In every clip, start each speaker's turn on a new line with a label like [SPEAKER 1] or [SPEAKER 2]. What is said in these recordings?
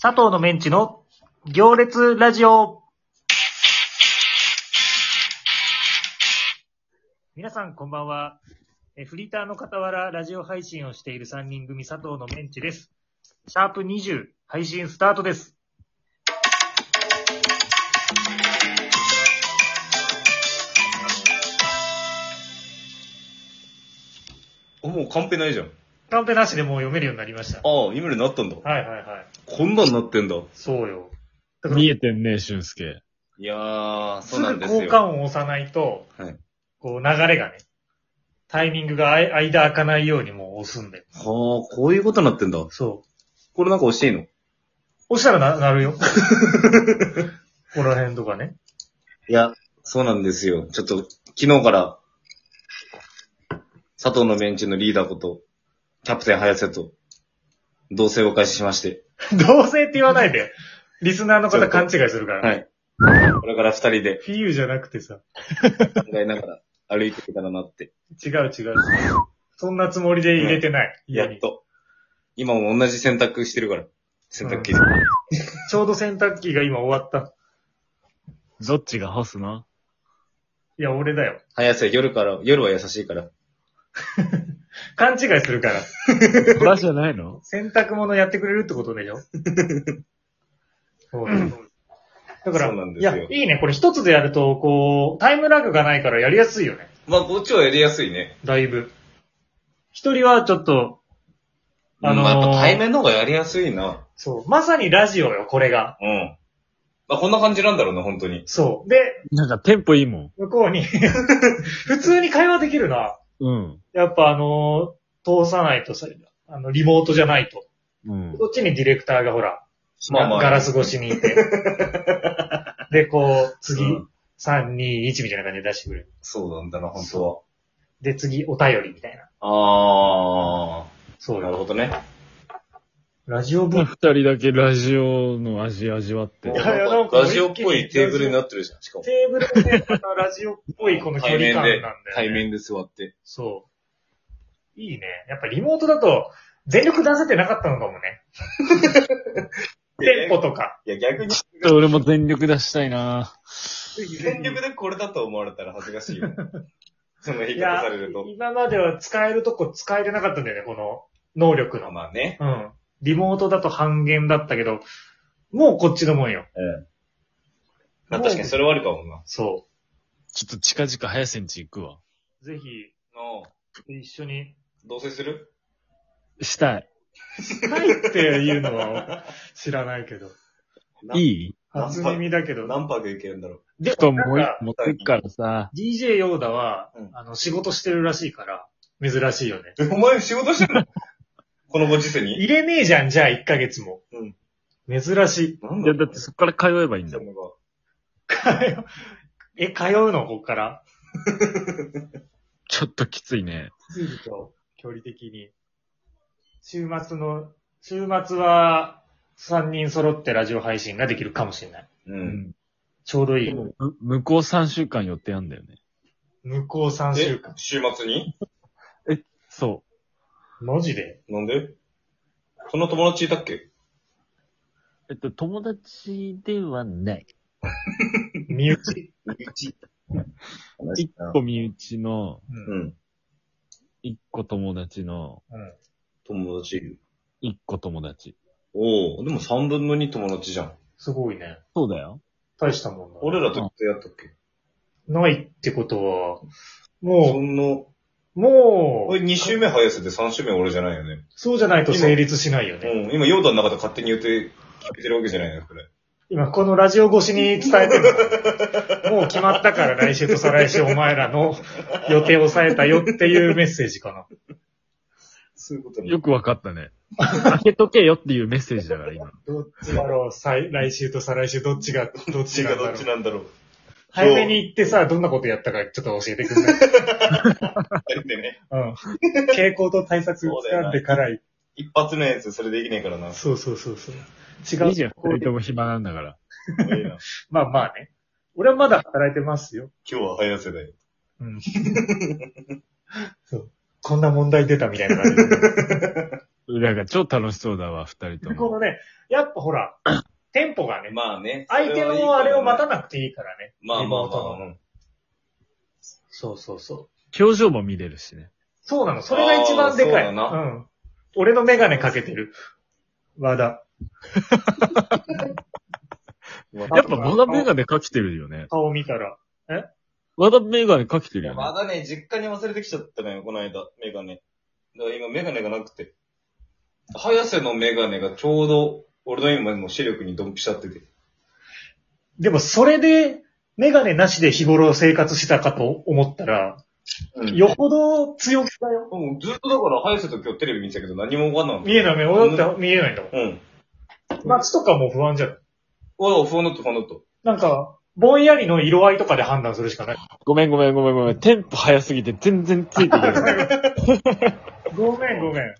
[SPEAKER 1] 佐藤のメンチの行列ラジオ。皆さんこんばんは。えフリーターの傍らラジオ配信をしている3人組佐藤のメンチです。シャープ20配信スタートです。
[SPEAKER 2] あもうカンペないじゃん。あ
[SPEAKER 1] カンペなしでもう読めるようになりました。
[SPEAKER 2] あ、今になったんだ。
[SPEAKER 1] はいはいはい。
[SPEAKER 2] こんなんなってんだ。
[SPEAKER 1] そうよ。だから
[SPEAKER 3] 見えてんね、俊介。
[SPEAKER 2] いやー、
[SPEAKER 1] す
[SPEAKER 2] そう
[SPEAKER 1] ぐ
[SPEAKER 2] なんですよ。
[SPEAKER 1] 交換音を押さないと、
[SPEAKER 2] はい
[SPEAKER 1] こう流れがね、タイミングがあい間開かないようにもう押すんだよ。
[SPEAKER 2] はあ、こういうことなってんだ。
[SPEAKER 1] そう。
[SPEAKER 2] これなんか惜しいの
[SPEAKER 1] 押したらな、なる よ。ここら辺とかね。
[SPEAKER 2] いや、そうなんですよ。ちょっと、昨日から、佐藤のベンチのリーダーこと、キャプテン早瀬と、同棲を開始しまして、
[SPEAKER 1] 同性って言わないで。リスナーの方勘違いするから。
[SPEAKER 2] はい。これから二人で
[SPEAKER 1] フィユーじゃなくてさ。
[SPEAKER 2] 考えながら歩いていけたらなって。
[SPEAKER 1] 違う違う。そんなつもりで入れてない。
[SPEAKER 2] や
[SPEAKER 1] 家
[SPEAKER 2] っ
[SPEAKER 1] に。
[SPEAKER 2] と。今も同じ選択してるから。洗濯機で。
[SPEAKER 1] ちょうど洗濯機が今終わった。
[SPEAKER 3] どっちが干すの
[SPEAKER 1] いや、俺だよ。
[SPEAKER 2] 早瀬夜から、夜は優しいから。
[SPEAKER 1] 勘違いするから。
[SPEAKER 3] こらじゃないの
[SPEAKER 1] 洗濯物やってくれるってこと でしょそうよだから、
[SPEAKER 2] そうなん
[SPEAKER 1] い
[SPEAKER 2] です
[SPEAKER 1] や、
[SPEAKER 2] よ
[SPEAKER 1] いいね。これ一つでやると、こう、タイムラグがないからやりやすいよね。
[SPEAKER 2] まあ、こっちはやりやすいね。
[SPEAKER 1] だいぶ。一人はちょっと、あのー
[SPEAKER 2] まあ、やっぱ対面の方がやりやすいな。
[SPEAKER 1] そう。まさにラジオよ、これが。
[SPEAKER 2] うん。まあ、こんな感じなんだろうな、本当に。
[SPEAKER 1] そう。で、
[SPEAKER 3] なんかテンポいいも
[SPEAKER 1] 向こうに、 普通に会話できるな。
[SPEAKER 3] ん。
[SPEAKER 1] やっぱあのー通さないとさ、あの、リモートじゃないと。
[SPEAKER 3] うん。うん。
[SPEAKER 1] こっちにディレクターがほら、
[SPEAKER 2] まあまあ
[SPEAKER 1] ガラス越しにい て。で、こう、次、
[SPEAKER 2] うん
[SPEAKER 1] 3、2、1みたいな感じで出してくれる。
[SPEAKER 2] そうなんだな、本当
[SPEAKER 1] で、次、お便りみたいな。
[SPEAKER 2] は。あ
[SPEAKER 1] そ
[SPEAKER 2] あ。
[SPEAKER 1] う
[SPEAKER 2] なるほ
[SPEAKER 1] よ。
[SPEAKER 2] どね。
[SPEAKER 1] ラジオ分。
[SPEAKER 3] 二人だけラジオの味味わって
[SPEAKER 1] い。やいやなんか
[SPEAKER 2] ラジオっぽいテーブルになってるじゃん、しかも。
[SPEAKER 1] テーブルで、またラジオっぽいこの距離感なんだよ、ね。
[SPEAKER 2] 対面で座って。
[SPEAKER 1] そう。いいね。やっぱリモートだと、全力出せてなかったのかもね。テンポとか。
[SPEAKER 2] いや、逆に、
[SPEAKER 3] 俺も全力出したいな
[SPEAKER 2] 全力でこれだと思われたら恥ずかし いよ。その言
[SPEAKER 1] い
[SPEAKER 2] い方
[SPEAKER 1] や
[SPEAKER 2] されると、。
[SPEAKER 1] 今までは使えるとこ使えてなかったんだよね、この能力の。
[SPEAKER 2] まあね。
[SPEAKER 1] うん。リモートだと半減だったけど、もうこっちのもんよ。
[SPEAKER 2] うん。まあ確かにそれはあるかもな。
[SPEAKER 1] そ
[SPEAKER 3] ちょっと近々早瀬んち行くわ。
[SPEAKER 1] う。ぜひ、
[SPEAKER 2] の
[SPEAKER 1] 一緒に。
[SPEAKER 2] 同棲する
[SPEAKER 3] したい。
[SPEAKER 1] ないっていうのは知らないけど。
[SPEAKER 3] い
[SPEAKER 2] い
[SPEAKER 3] い
[SPEAKER 1] 初耳だけど。
[SPEAKER 2] 何泊行けるんだろう。
[SPEAKER 1] で
[SPEAKER 3] 人
[SPEAKER 1] な
[SPEAKER 3] も
[SPEAKER 1] ん
[SPEAKER 3] う一
[SPEAKER 1] か
[SPEAKER 3] 個持ってくからさ。
[SPEAKER 1] DJ ヨーダは、
[SPEAKER 2] うん
[SPEAKER 1] あの、仕事してるらしいから、珍しいよね。
[SPEAKER 2] え、 お前仕事して んのこのご時世に
[SPEAKER 1] 入れねえじゃん、じゃあ1ヶ月も。珍しい。
[SPEAKER 2] なん
[SPEAKER 3] いや、だってそっから通えばいいんだ
[SPEAKER 2] そ
[SPEAKER 3] もん。
[SPEAKER 1] え、通うのこっから。
[SPEAKER 3] ちょっときついね。
[SPEAKER 1] ついと、距離的に。週末の、週末は、3人揃ってラジオ配信ができるかもしれない。
[SPEAKER 2] う。。
[SPEAKER 3] うん
[SPEAKER 1] ちょうどいい。
[SPEAKER 3] む向こう3週間予定あんだよね。
[SPEAKER 1] 向こう3週
[SPEAKER 2] え
[SPEAKER 1] 間、。
[SPEAKER 2] 週末に
[SPEAKER 3] そ
[SPEAKER 1] マジ で
[SPEAKER 2] なんでそんな友達いたっけ
[SPEAKER 3] う。えっと、友達ではない。
[SPEAKER 1] 身内。
[SPEAKER 2] うち。
[SPEAKER 3] 一個身内の、
[SPEAKER 1] う。
[SPEAKER 2] うんん。
[SPEAKER 3] 一個友達の、
[SPEAKER 2] 友達。
[SPEAKER 3] 一個友達。
[SPEAKER 2] おおでも三分の二友達じゃん。
[SPEAKER 1] すごいね。
[SPEAKER 3] そうだよ。
[SPEAKER 1] 大したもんだ。
[SPEAKER 2] 俺らとってやったっけ
[SPEAKER 1] ないってことは、
[SPEAKER 2] そ
[SPEAKER 1] も
[SPEAKER 2] んな、
[SPEAKER 1] う、も
[SPEAKER 2] こ
[SPEAKER 1] う
[SPEAKER 2] れ、二週目早瀬で三週目俺じゃないよね。
[SPEAKER 1] そうじゃないと成立しないよね。
[SPEAKER 2] うん。今、ヨーダの中で勝手に言って、決めてるわけじゃないの、これ。
[SPEAKER 1] 今、このラジオ越しに伝えてるの。もう決まったから来週と再来週お前らの予定を抑えたよっていうメッセージかな。
[SPEAKER 2] そういうこと
[SPEAKER 3] よくわかったね。開けとけよっていうメッセージだから今。
[SPEAKER 1] どっちだろう再来週と再来週どっちが、どっ
[SPEAKER 2] どっち
[SPEAKER 1] ちが
[SPEAKER 2] がどっちなんだろう。
[SPEAKER 1] 早めに行ってさ、どんなことやったかちょっと教えてくんない
[SPEAKER 2] 二人でね。
[SPEAKER 1] うん。傾向と対策掴んでから行
[SPEAKER 2] 一発のやつ、それできねえからな。
[SPEAKER 1] そうそうそうそう。違
[SPEAKER 3] 2
[SPEAKER 1] う
[SPEAKER 3] 人。とも暇なんだから。
[SPEAKER 2] 怖いな
[SPEAKER 1] まあまあね。俺はまだ働いてますよ。
[SPEAKER 2] 今日は早瀬だよ。
[SPEAKER 1] うん。そう。こんな問題出たみたいな感じで。
[SPEAKER 4] なんか超楽しそうだわ、二人と
[SPEAKER 1] でこ
[SPEAKER 4] も。
[SPEAKER 1] のね、やっぱほら、テンポがね、
[SPEAKER 2] まあね。
[SPEAKER 1] 相手のあれを待た
[SPEAKER 2] な
[SPEAKER 1] なくていいからね。
[SPEAKER 2] まあまあま
[SPEAKER 1] 妹
[SPEAKER 2] あ
[SPEAKER 1] の。そうそうそう。
[SPEAKER 4] 表情も見れるしね。
[SPEAKER 1] そうなの。それが一番でかい。。
[SPEAKER 2] あーそううだなん
[SPEAKER 1] 俺のメガネかけてる。和田。
[SPEAKER 4] やっぱまだメガネかけてるよね。
[SPEAKER 1] 顔見たら。
[SPEAKER 4] まだメガネかけてるよね
[SPEAKER 2] ま。だね、実家に忘れてきちゃったのよ、この間、メガネ。だから今、メガネがなくて。早瀬のメガネがちょうど、俺の今の視力にドンピシャってて。
[SPEAKER 1] でもそれで、メガネなしで日頃生活したかと思ったら、
[SPEAKER 2] うん
[SPEAKER 1] よほど強気だよ。
[SPEAKER 2] もうずっとだから、早瀬と今日テレビ見てたけど何もわかんない。
[SPEAKER 1] 見えない、見えない。だって見えないんだもん。
[SPEAKER 2] うん。
[SPEAKER 1] 街とかも不安じゃん。
[SPEAKER 2] おい、フォンドット、フォンドット。
[SPEAKER 1] なんか、ぼんやりの色合いとかで判断するしかない。
[SPEAKER 3] ごめんごめんごめんごめん。テンポ早すぎて全然つ いていけない。
[SPEAKER 1] ごめん、ごめん。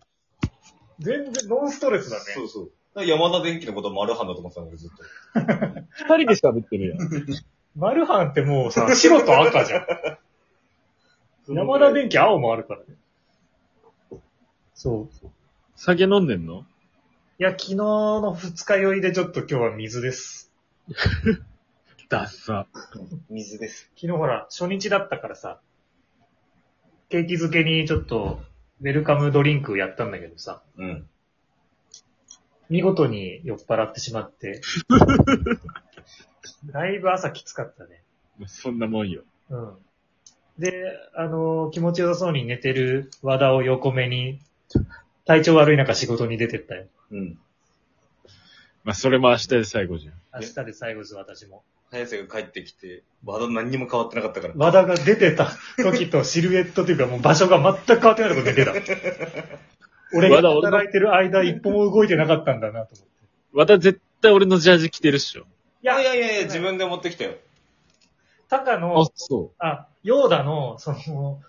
[SPEAKER 1] 全然、ノンストレスだね。
[SPEAKER 2] そうそう。だから山田電機のことマルハンだと思ってたんだけど、ずっと。
[SPEAKER 3] 二人で喋ってるやん。
[SPEAKER 1] マルハンってもうさ、白と赤 じゃん。山田電機青もあるからね。そう。
[SPEAKER 4] 酒飲んでんの
[SPEAKER 1] いや、昨日の二日酔いでちょっと今日は水です。
[SPEAKER 4] ダッサ。
[SPEAKER 2] 水です。
[SPEAKER 1] 昨日ほら、初日だったからさ、ケーキ漬けにちょっと、ウェルカムドリンクやったんだけどさ、
[SPEAKER 2] うん。
[SPEAKER 1] 見事に酔っ払ってしまって、だいぶ朝きつかったね。
[SPEAKER 4] そんなもんよ。
[SPEAKER 1] うん。で、あの気持ちよさそうに寝てる和田を横目に、体調悪い中仕事に出てったよ。
[SPEAKER 2] うん。
[SPEAKER 4] まあ、それも明日で最後じゃん。
[SPEAKER 1] 明日で最後です、私も。
[SPEAKER 2] 早瀬が帰ってきて、まだ何にも変わってなかったから。
[SPEAKER 1] 和田が出てた時とシルエットというかもう場所が全く変わってないところで出てた。俺が
[SPEAKER 4] 和田俺の
[SPEAKER 1] 働いてる間一歩も動いてなかったんだなと思って。
[SPEAKER 4] また絶対俺のジャージ着てるっしょ。
[SPEAKER 1] い
[SPEAKER 2] いやい
[SPEAKER 1] や、
[SPEAKER 2] やいやいや、自分で持ってきたよ。
[SPEAKER 1] タカ
[SPEAKER 4] あ
[SPEAKER 1] の、、
[SPEAKER 4] そ
[SPEAKER 1] あ、ヨーダの、その、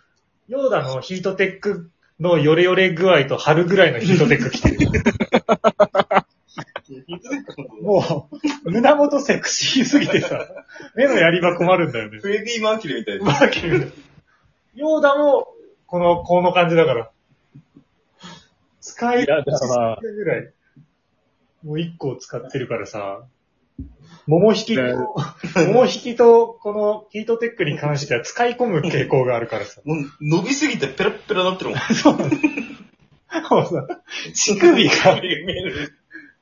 [SPEAKER 1] ヨーダのヒートテックのヨレヨレ具合と春ぐらいのヒートテック着てる。もう、胸元セクシーすぎてさ、目のやり場困るんだよね。
[SPEAKER 2] フレディ・マーキュリーみたい
[SPEAKER 1] マ
[SPEAKER 2] な。
[SPEAKER 1] ーキュリーヨーダも、この、この感じだから。使
[SPEAKER 4] う。
[SPEAKER 1] い
[SPEAKER 4] いや、だから、
[SPEAKER 1] ぐらい。もう一個を使ってるからさ、桃引きと
[SPEAKER 4] だい、
[SPEAKER 1] 桃引きと、このヒートテックに関しては使い込む傾向があるからさ。
[SPEAKER 2] もう伸びすぎてペラッペラになってるもん。
[SPEAKER 1] そうなんだ。もうさ、乳首が
[SPEAKER 2] 見える。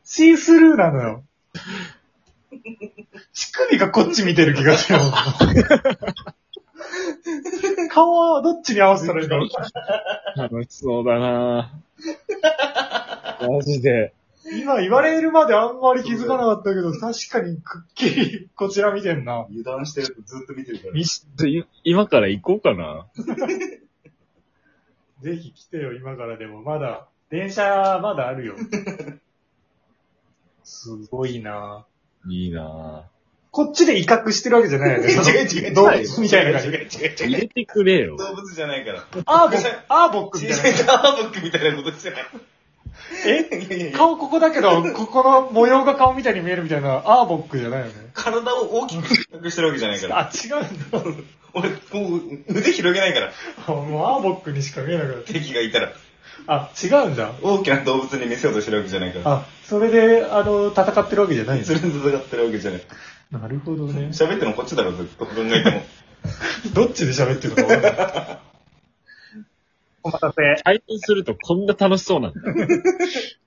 [SPEAKER 1] シースルーなのよ。乳首がこっち見てる気がする。顔はどっちに合わせたらいいんだろう。
[SPEAKER 4] 楽しそうだなぁ マジで。
[SPEAKER 1] 今言われるまであんまり気づかなかったけど、確かにくっきりこちら見てんな。
[SPEAKER 2] 油断してるとずっと見てるから。
[SPEAKER 4] みしい今から行こうかな。
[SPEAKER 1] ぜひ来てよ、今からでも。まだ、電車まだあ るよ。すごいない
[SPEAKER 4] いなぁ
[SPEAKER 1] こっちで威嚇してるわけじゃないよね。
[SPEAKER 2] 違う違う違う
[SPEAKER 1] 動物みたいな感じ。
[SPEAKER 2] 違う違う違う
[SPEAKER 4] 入れてくれよ。
[SPEAKER 2] 動物じゃないから。
[SPEAKER 1] アーボック、アーボックみたいな。
[SPEAKER 2] アーブックみたいなことしてない。
[SPEAKER 1] え
[SPEAKER 2] いやいやいや
[SPEAKER 1] 顔ここだけど、ここの模様が顔みたいに見えるみたいな、アーボックじゃないよね。
[SPEAKER 2] 体を大きく隠してるわけじゃない から。
[SPEAKER 1] あ、違うんだ。
[SPEAKER 2] 俺、もう腕広げないから。
[SPEAKER 1] もうアーボックにしか見えなくなった。
[SPEAKER 2] 敵がいたら。
[SPEAKER 1] あ、違うんだ。
[SPEAKER 2] 大きな動物に見せようとしてるわけじゃないから。
[SPEAKER 1] あ、それで、あの、戦ってるわけじゃないん
[SPEAKER 2] そ
[SPEAKER 1] だ
[SPEAKER 2] れ。に戦ってるわけじゃない。
[SPEAKER 1] なるほどね。
[SPEAKER 2] 喋ってるのこっちだろ、ずっと考えても。
[SPEAKER 1] どっちで喋ってるのか分かんない。 お待たせ。
[SPEAKER 4] 体験するとこんな楽しそうなんだ。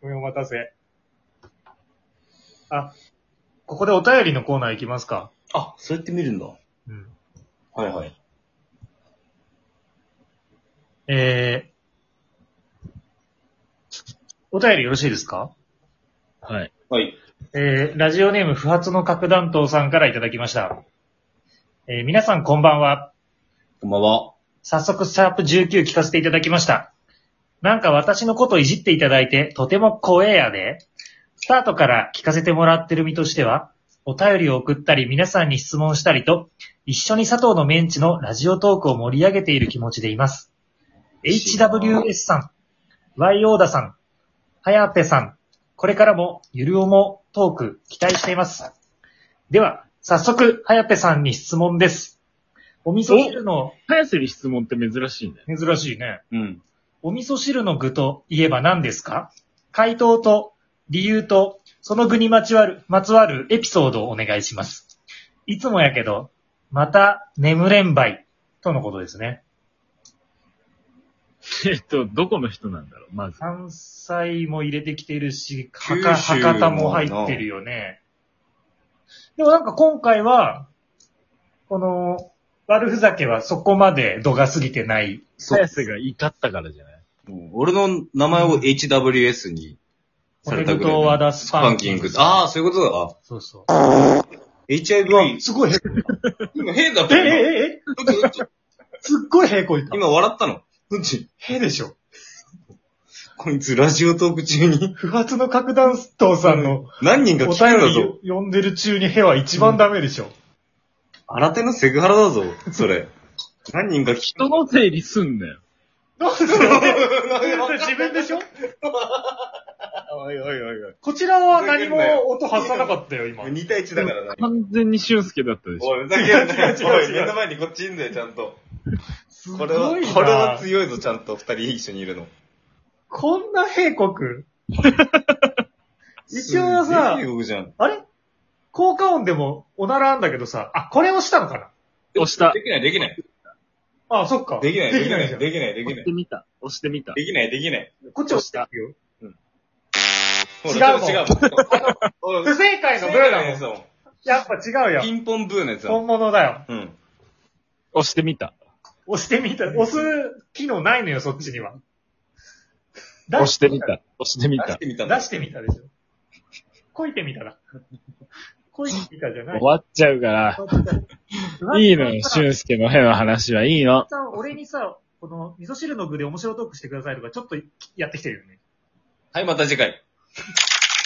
[SPEAKER 1] ごめんお待たせ。あ、ここでお便りのコーナー行きますか。
[SPEAKER 2] あ、そうやって見るんだ。
[SPEAKER 1] うん。
[SPEAKER 2] はいはい。
[SPEAKER 1] えー、お便りよろしいですか
[SPEAKER 4] はい。
[SPEAKER 2] はい。
[SPEAKER 1] えー、ラジオネーム不発の核弾頭さんからいただきました。えー、皆さんこんばんは。
[SPEAKER 2] こんばんは。
[SPEAKER 1] 早速、シャープ19聞かせていただきました。なんか私のこといじっていただいて、とても光栄やで。スタートから聞かせてもらってる身としては、お便りを送ったり、皆さんに質問したりと、一緒に佐藤のメンチのラジオトークを盛り上げている気持ちでいます。HWS さん、Y オーダさん、はやぺさん、これからもゆるおもトーク期待しています。では、早速、はやぺさんに質問です。お味噌汁の
[SPEAKER 4] 早瀬に質問って珍しいね。
[SPEAKER 1] 珍しいね。
[SPEAKER 2] うん。
[SPEAKER 1] お味噌汁の具といえば何ですか回答と理由と、その具にまつわる、まつわるエピソードをお願いします。いつもやけど、また眠れんばい、とのことですね。
[SPEAKER 3] えっと、どこの人なんだろう、まず。
[SPEAKER 1] 関西も入れてきてるし、
[SPEAKER 2] 九州
[SPEAKER 1] 博博多も入ってるよね。でもなんか今回は、この、悪ふざけはそこまで度が過ぎてない。
[SPEAKER 2] そう
[SPEAKER 3] 早。瀬が怒ったからじゃない
[SPEAKER 2] もう俺の名前を HWS に
[SPEAKER 1] ポ
[SPEAKER 2] さ
[SPEAKER 1] テ
[SPEAKER 2] れた
[SPEAKER 1] ト
[SPEAKER 2] ぐらい
[SPEAKER 1] と
[SPEAKER 2] の。
[SPEAKER 1] 和田ス
[SPEAKER 2] ス
[SPEAKER 1] パ
[SPEAKER 2] パ
[SPEAKER 1] ン
[SPEAKER 2] ン
[SPEAKER 1] キ
[SPEAKER 2] キ
[SPEAKER 1] ン
[SPEAKER 2] ン
[SPEAKER 1] グ
[SPEAKER 2] グ。。ああ、そういうことだ。
[SPEAKER 1] そうそう。
[SPEAKER 2] HIV。
[SPEAKER 1] すごい、
[SPEAKER 2] 今、へだっ
[SPEAKER 1] え、
[SPEAKER 2] た
[SPEAKER 1] え
[SPEAKER 2] よ今、
[SPEAKER 1] え、え、すっごい平行いた。
[SPEAKER 2] 今笑ったの。どっち
[SPEAKER 1] へでしょ。
[SPEAKER 2] こいつ、ラジオトーク中に。
[SPEAKER 1] 不発の核弾頭さんの
[SPEAKER 2] 何人
[SPEAKER 1] お
[SPEAKER 2] か
[SPEAKER 1] 便
[SPEAKER 2] 聞くんだぞ。
[SPEAKER 1] り読んでる中にへは一番ダメでしょ。
[SPEAKER 2] 新手のセクハラだぞ、それ。何人か聞く。
[SPEAKER 3] 人の整理すんなよ。
[SPEAKER 1] どうするそれ 自分でしょ
[SPEAKER 2] おいおいおいおい。
[SPEAKER 1] こちらは何も音発さなかったよ、今。
[SPEAKER 2] 2対1だからな。
[SPEAKER 3] 完全に俊介だったでしょ。
[SPEAKER 2] おい、ふざけんなよ。
[SPEAKER 1] 違う
[SPEAKER 2] お
[SPEAKER 1] 違う違う
[SPEAKER 2] い、目の前にこっちいんだよ、ちゃんと。
[SPEAKER 1] すご
[SPEAKER 2] こ
[SPEAKER 1] い
[SPEAKER 2] れは、
[SPEAKER 1] な
[SPEAKER 2] これは強いぞ、ちゃんと。二人一緒にいるの。
[SPEAKER 1] こんな平国一応さ
[SPEAKER 2] すげえ、僕じゃん。
[SPEAKER 1] あれ効果音でもおならあんだけどさ、あ、これをしたのかな
[SPEAKER 3] 押した。
[SPEAKER 2] できない、できない。
[SPEAKER 1] あそっか。
[SPEAKER 2] できない、
[SPEAKER 1] で
[SPEAKER 2] で
[SPEAKER 1] き
[SPEAKER 2] き
[SPEAKER 1] な
[SPEAKER 2] ない
[SPEAKER 1] じゃ
[SPEAKER 2] い、できない、でき
[SPEAKER 3] 押
[SPEAKER 2] な
[SPEAKER 3] し
[SPEAKER 2] い
[SPEAKER 3] て。みた。押してみた。
[SPEAKER 2] できない、できない。
[SPEAKER 1] ん。こっち押してるよ。
[SPEAKER 2] ほ
[SPEAKER 1] 違う
[SPEAKER 2] ら
[SPEAKER 1] もん
[SPEAKER 2] ちょっと違うもん。
[SPEAKER 1] 不正解のブーだもん。
[SPEAKER 2] もん。
[SPEAKER 1] やっぱ違うよ
[SPEAKER 2] ピ。ンポンブーのやつだもん。
[SPEAKER 1] 本物だよ。
[SPEAKER 2] うん。
[SPEAKER 3] 押してみた。
[SPEAKER 1] 押してみた。押す機能ないのよ、そっちには。
[SPEAKER 3] 押してみた。押してみ。
[SPEAKER 2] 出したてみたんだ
[SPEAKER 1] 出。してみたでしょ。こいてみただ。こいてみたじゃな
[SPEAKER 3] 終
[SPEAKER 1] い。
[SPEAKER 3] わっちゃうから、 いいのよ、
[SPEAKER 1] さ
[SPEAKER 3] 俊介の変の話はいいの。
[SPEAKER 1] さん、俺にさ、この味噌汁の具で面白トークしてくださいとか、ちょっとやってきてるよね。
[SPEAKER 2] はい、また次回。